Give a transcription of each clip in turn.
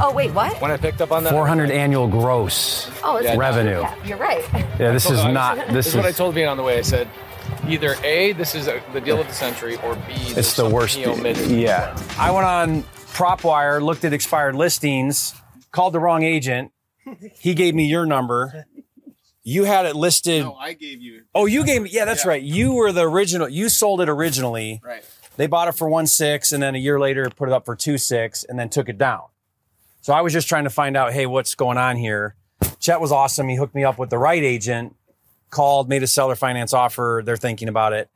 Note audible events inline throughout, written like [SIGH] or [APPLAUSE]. Oh, wait, what? When I picked up on that, [LAUGHS] 400 annual gross Oh, it's Yeah, revenue. Yeah, you're right. Yeah, this is [LAUGHS] not. This This is what I is. told me on the way. I said, either A, this is a, the deal of the century, or B, It's the worst. Yeah. I went on PropWire, looked at expired listings, called the wrong agent. He gave me your number. You had it listed. No, I gave you Oh, you gave me. Yeah, that's Yeah. right. You were the original. You sold it originally. right. They bought it for one six, and then a year later put it up for two six, and then took it down. So I was just trying to find out, hey, what's going on here? Chet was awesome. He hooked me up with the right agent, called, made a seller finance offer. They're thinking about it,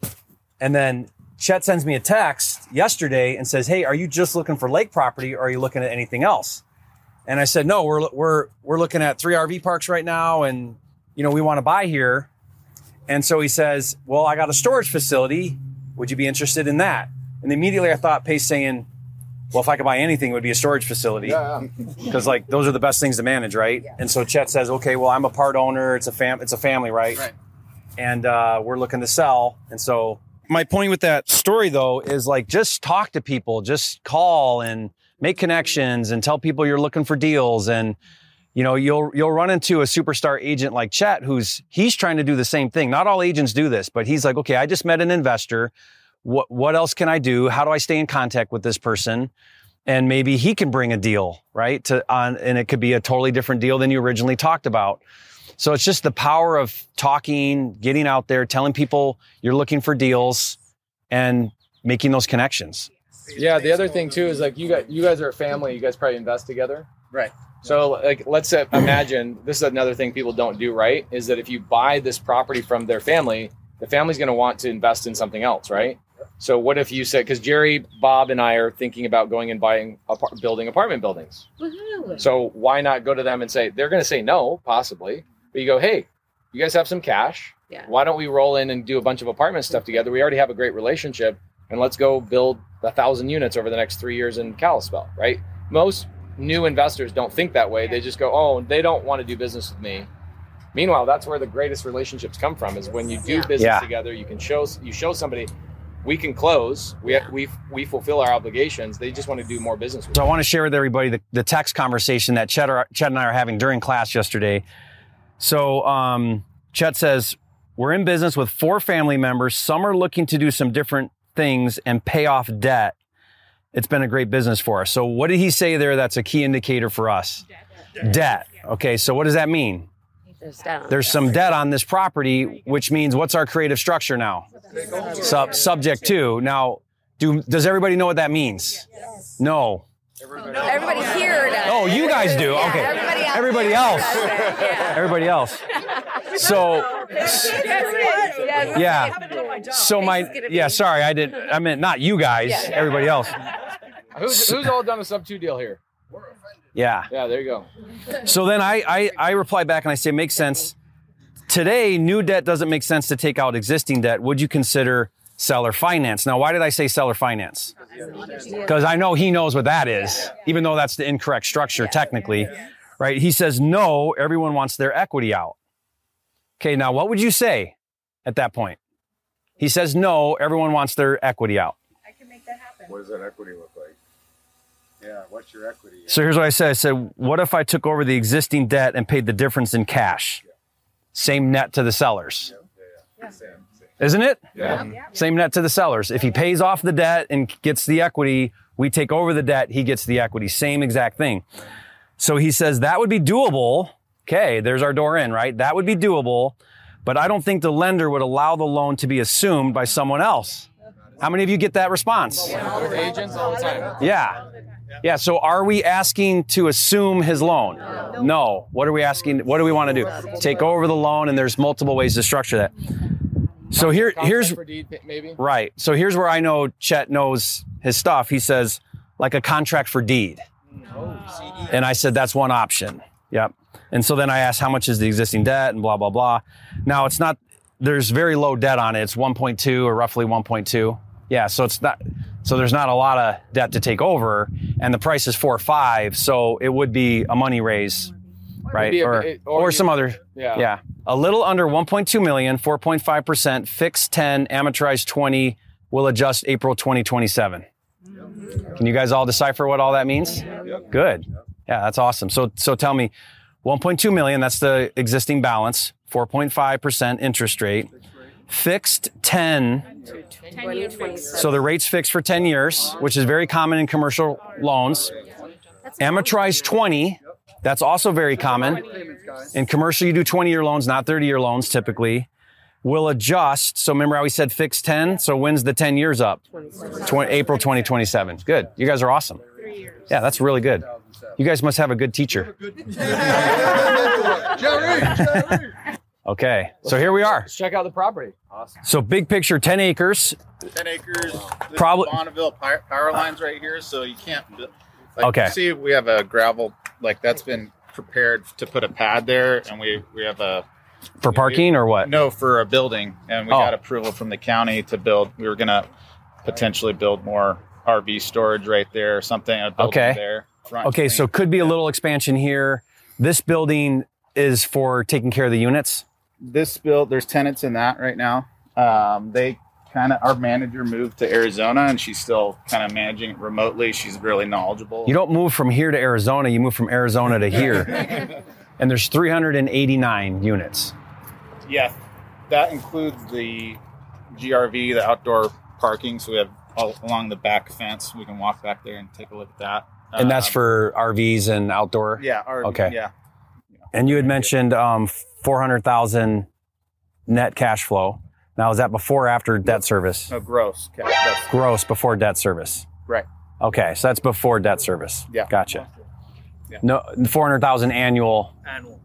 and then Chet sends me a text yesterday and says, hey, are you just looking for lake property, or are you looking at anything else? And I said, no, we're we're we're looking at three RV parks right now, and you know we want to buy here. And so he says, Well, I got a storage facility. Would you be interested in that? And immediately I thought Pace saying, Well, if I could buy anything, it would be a storage facility. Because like those are the best things to manage, right? And so Chet says, Okay, well, I'm a part owner, it's a fam it's a family, right? Right. And uh, we're looking to sell. And so my point with that story though is like just talk to people, just call and make connections and tell people you're looking for deals and you know you'll you'll run into a superstar agent like Chet who's he's trying to do the same thing. Not all agents do this, but he's like, okay, I just met an investor. What what else can I do? How do I stay in contact with this person? And maybe he can bring a deal, right? To on and it could be a totally different deal than you originally talked about. So it's just the power of talking, getting out there, telling people you're looking for deals and making those connections. Yeah. The other thing too is like you got you guys are a family. You guys probably invest together. Right. So like let's say, imagine this is another thing people don't do right is that if you buy this property from their family, the family's going to want to invest in something else, right? So what if you said because Jerry, Bob, and I are thinking about going and buying apart- building apartment buildings. So why not go to them and say they're going to say no, possibly, but you go, hey, you guys have some cash. Yeah. Why don't we roll in and do a bunch of apartment stuff together? We already have a great relationship, and let's go build a thousand units over the next three years in Kalispell, right? Most new investors don't think that way. They just go, oh, they don't want to do business with me. Meanwhile, that's where the greatest relationships come from. Is when you do Yeah. business Yeah. together, you can show you show somebody we can close. We have, we we fulfill our obligations. They just want to do more business. With So I want to share with everybody the, the text conversation that Chet, are, Chet and I are having during class yesterday. So um, Chet says, We're in business with four family members. Some are looking to do some different things and pay off debt. It's been a great business for us. So what did he say there that's a key indicator for us? Debt. Okay, so what does that mean? There's down. There's some debt on this property, which means what's our creative structure now? Sub, subject to. Now, do, does everybody know what that means? No. [LAUGHS] Everybody here does. Oh, you guys do. Yeah, Okay. Everybody else. Everybody else. Yeah. Everybody else. So, Yes, it is. Yes, it yeah. So my yeah. Sorry, I did. I meant not you guys. Everybody else. Who's, who's all done a sub two deal here? Yeah. Yeah, there you go. So then I, I I reply back and I say, makes sense. Today, new debt doesn't make sense to take out existing debt. Would you consider seller finance? Now, why did I say seller finance? Because I know he knows what that is, even though that's the incorrect structure technically, right? He says no. Everyone wants their equity out. Okay, now what would you say at that point? He says no. Everyone wants their equity out. What does that equity look like? Yeah, what's your equity? So here's what I said. I said, what if I took over the existing debt and paid the difference in cash? Same net to the sellers. Isn't it? Yeah. Same net to the sellers. If he pays off the debt and gets the equity, we take over the debt, he gets the equity. Same exact thing. So he says that would be doable. Okay, there's our door in, right? That would be doable, but I don't think the lender would allow the loan to be assumed by someone else. How many of you get that response? With agents all the time. Yeah. Yeah. So are we asking to assume his loan? No. What are we asking? What do we want to do? Take over the loan, and there's multiple ways to structure that. So here, Contract here's for deed, maybe. right. So here's where I know Chet knows his stuff. He says, like a contract for deed. Oh. And I said, that's one option. Yep. And so then I asked, how much is the existing debt and blah, blah, blah. Now it's not, there's very low debt on it. It's 1.2 or roughly 1.2. Yeah. So it's not, so there's not a lot of debt to take over and the price is four or five. So it would be a money raise, right? Maybe a- Or, it- or or you- some other, Yeah. yeah. A little under 1.2 million, 4.5%, fixed 10, amortized 20, will adjust April 2027. Can you guys all decipher what all that means? Good. Yeah, that's awesome. So so tell me, 1.2 million, that's the existing balance, 4.5% interest rate. Fixed 10, Ten years. so the rate's fixed for 10 years, which is very common in commercial loans. Amortized 20, that's also very common. Payments, guys. In commercial, you do 20 year loans, not 30 year loans typically. Will adjust. So remember how we said fixed 10? So when's the 10 years up? 20, April 2027. Good. You guys are awesome. Yeah, that's really good. You guys must have a good teacher. [LAUGHS] Jerry! Jerry! Okay. So here we are. Let's check out the property. So big picture, 10 acres. 10 acres. This Probably- Probably Bonneville power, power lines right here, so you can't. bu- Like, Okay. you See, we have a gravel like that's been prepared to put a pad there, and we we have a For parking or what? no for a building, and we Uh, Oh. got approval from the county to build. We were gonna potentially build more RV storage right there or something. A building Okay. There. Front Okay, so could be a little expansion here. This building is for taking care of the units. this build there's tenants in that right now um, they kind of our manager moved to arizona and she's still kind of managing it remotely she's really knowledgeable You don't move from here to Arizona, you move from Arizona to here. and there's 389 units. yeah that includes the grv the outdoor parking so we have all along the back fence we can walk back there and take a look at that And that's Um, for RVs and outdoor. yeah RV, Okay. yeah And you had mentioned um, 400,000 net cash flow. Now, is that before or after debt service? no gross okay that's Gross before debt service. right Okay, so that's before debt service. Yeah. Gotcha. Yeah. No, 400,000 annual, Animal.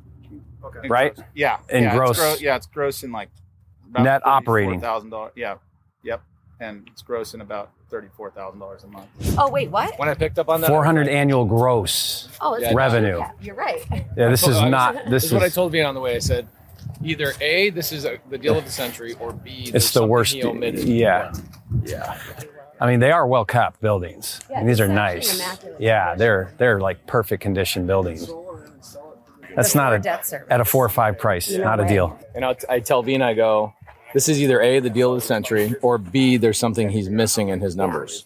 Okay. right? yeah And yeah, it's gross. gro- yeah it's gross in like Net operating. thousand dollars yeah yep and it's gross in about thirty-four thousand dollars a month. Oh wait, what? When I picked up on that, 400 annual gross. Oh, it's Yeah, revenue. Yeah, you're right. Yeah, this Hold is on. not. This This is what [LAUGHS] I is. told Vian on the way. I said, either A, this is a, the deal of the century, or B, there's It's the something worst. He omitted. Yeah. Yeah. I mean, they are well kept buildings. Yeah, And these this are is actually nice. immaculate Yeah, they're they're like perfect condition buildings. That's Before not debt a service. at a four or five price. Not a way. deal. And I'll t- I tell Vina, I go, this is either A, the deal of the century, or B, there's something he's missing in his numbers.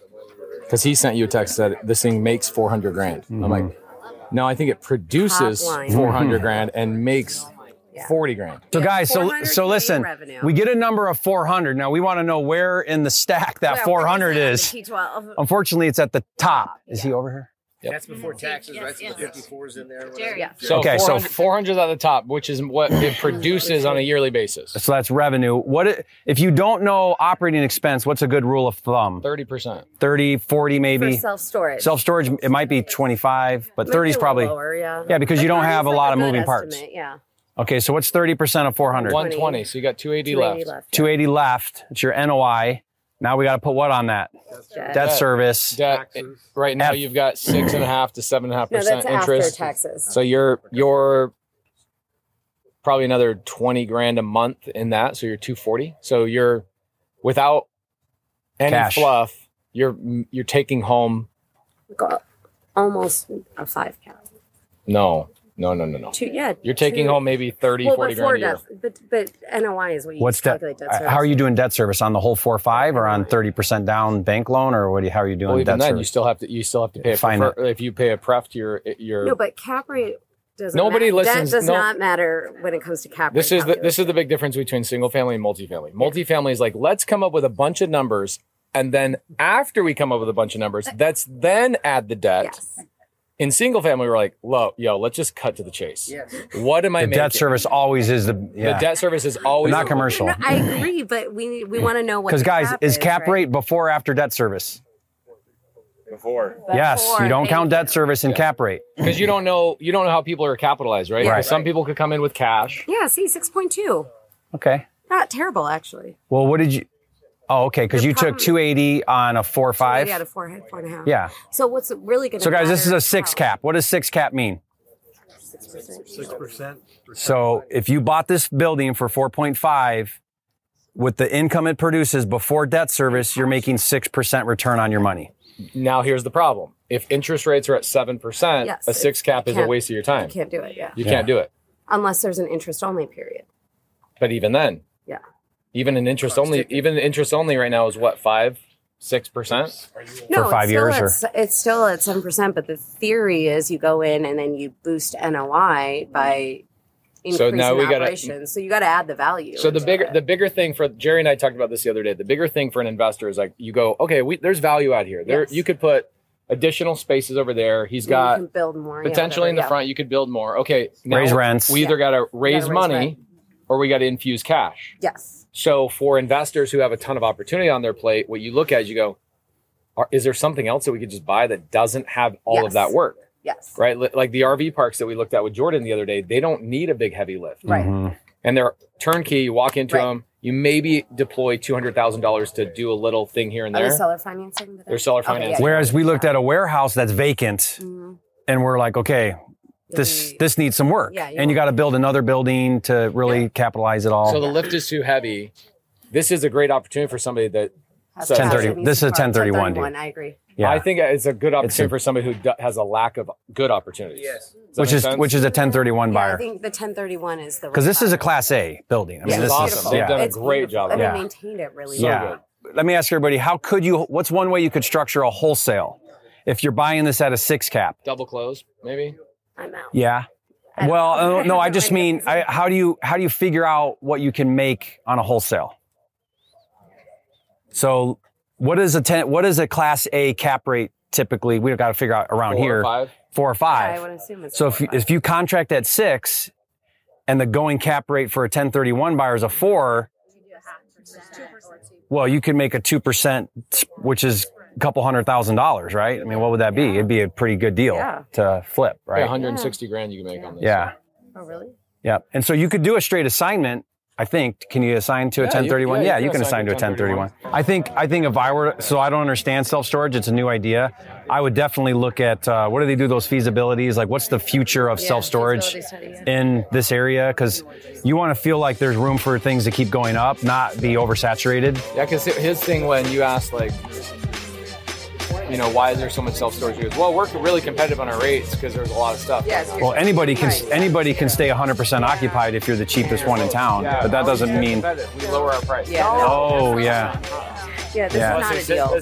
Because he sent you a text that this thing makes 400 grand. I'm Mm-hmm. like, no, I think it produces Top line. 400 grand and makes Yeah. 40 grand. So Yeah, guys, so 400K so listen, revenue. we get a number of 400. Now we want to know where in the stack that 400 is. Oh, T12. Unfortunately, it's at the top. Is he over here? That's before taxes, right? So yes, the fifty-four's in there. Jerry. Yeah. So okay, Okay, so- 400, 400 at the top, which is what [LAUGHS] it produces on a yearly basis. So that's revenue. What i- if you don't know operating expense? What's a good rule of thumb? 30%. 30, 40 For maybe. self storage. Self storage, it might be 25, but 30 is probably. lower, yeah. Yeah, because you don't have a 30 is lot of like moving good parts. estimate, Yeah. Okay, so what's 30% of 400? 120. So you got 280, 280 left. left. 280 left. It's your NOI. Now we got to put what on that? Debt. Debt service. Debt, right now, F. you've got six and a half to seven and a half No, that's percent interest. after taxes. So you're you're probably another twenty grand a month in that. So you're two forty. So you're without any Cash. fluff. You're you're taking home Got Almost a five cap. no no no no no. Two, yeah. You're taking two- home maybe 30, well, 40 before grand a year. debt, but but NOI is what you What's debt? calculate debt How are service. you doing debt service on the whole four five or on 30% down bank loan or what? Do you, how are you doing Well, even debt then, you service? still have to you still have to pay a Fine. prefer, if you pay a pref to your your. No, but cap rate doesn't. Nobody matter. listens- That does no- not matter when it comes to cap. this rate is the, this is the big difference between single family and multifamily. Multifamily is like let's come up with a bunch of numbers, and then after we come up with a bunch of numbers, that's then add the debt. calculation. Yes. in single family, we're like, low, yo, let's just cut to the chase. Yes. What am I The making? debt service always is the. The Yeah. debt service is always not commercial. No, I agree, but we need, we want to know what. Because the guys, is cap right? rate before or after debt service? Before yes, Before, you don't thank count you. debt service and Yeah. cap rate. because you don't know you don't know how people are capitalized, right? Yeah. Because Some people could come in with cash. Yeah, see, six point two. Okay. Not terrible, actually. Well, what did you? Oh, okay, because The you took problem- 280 on a four five. Maybe out of four, head, four and a half. Yeah. So what's really going to? So guys, this is a six cap. What does six cap mean? Six percent. So if you bought this building for 4.5 with the income it produces before debt service, you're making 6% return on your money. Now here's the problem: if interest rates are at seven percent, Yes, a six cap is a can't- waste of your time. You can't do it. Yeah. You can't do it. Unless there's an interest only period. But even then, Yeah. even an interest only, even an interest only right now is what five six percent. for five it's still years, at, or- s- it's still at seven percent. But the theory is you go in and then you boost NOI by Mm-hmm. So increasing now we gotta- operations. So you got to add the value. So the into bigger it. the bigger thing for Jerry and I talked about this the other day. The bigger thing for an investor is like you go, okay, we, there's value out here. There Yes. you could put additional spaces over there. He's You got can build more yeah, potentially in the whatever, yeah. front you could build more. Okay, now raise rents. we either got to raise raise money rent. or we got to infuse cash. Yes. So for investors who have a ton of opportunity on their plate, what you look at is you go, are, is there something else that we could just buy that doesn't have all Yes. of that work, Yes. right? Li- Like the RV parks that we looked at with Jordan the other day, they don't need a big heavy lift, Right. Mhm. and they're turnkey. You walk into Right. them, you maybe deploy two hundred thousand dollars to do a little thing here and Are there. they seller financing? today? They're seller Okay, yeah, financing. Whereas we looked at a warehouse that's vacant, Mhm. and we're like, okay, this The- this needs some work, Yeah, you and you want- got to build another building to really capitalize it all. So the lift is too heavy. This is a great opportunity for somebody that has- So- has 1030 to be this is a smart. 1031, dude. I agree. yeah, I think it's a good opportunity It's a- for somebody who do, has a lack of good opportunities. Yes. Does that which make is sense? which is a 1031 Yeah, I buyer think the 1031 is the because this is a right buyer. Class A building. I This mean, is this awesome. is They've yeah. done a great job And of they it. maintained it really So well. good. Let me ask everybody: How could you? What's one way you could structure a wholesale if you're buying this at a six cap? double close, maybe. I'm out. Yeah. [LAUGHS] I don't- Well, uh, no, I just don't know. mean I, how do you how do you figure out what you can make on a wholesale? So, what is a ten? What is a Class A cap rate typically? We've got to figure out around Four or here five. four or I five. would assume it's so if you, four or if you contract at six, and the going cap rate for a 1031 buyer is a four, well, you could make a two percent, which is a couple hundred thousand dollars, right? I mean, what would that be? It'd be a pretty good deal Yeah. to flip, Right. right? 160 grand you can make on this. yeah. five. Oh, really? Yeah. And so you could do a straight assignment. I think. Can you assign to a Yeah, you- 1031? yeah, yeah, you can assign to a 1031. 1031. I think. I think if I were, so I don't understand self storage. It's a new idea. I would definitely look at uh, what do they do those feasibilities? Like, what's the future of self storage in this area? Because you want to feel like there's room for things to keep going up, not be oversaturated. Yeah, because his thing when you ask like, you know, why is there so much self storage? He goes, well, we're really competitive on our rates because there's a lot of stuff. Yes. Well, anybody can anybody can stay 100% occupied if you're the cheapest one in town, Yeah. but How that are we doesn't gonna mean. competitive? we lower our price. Yeah. Oh yeah. Yeah, this Yeah. is not a deal.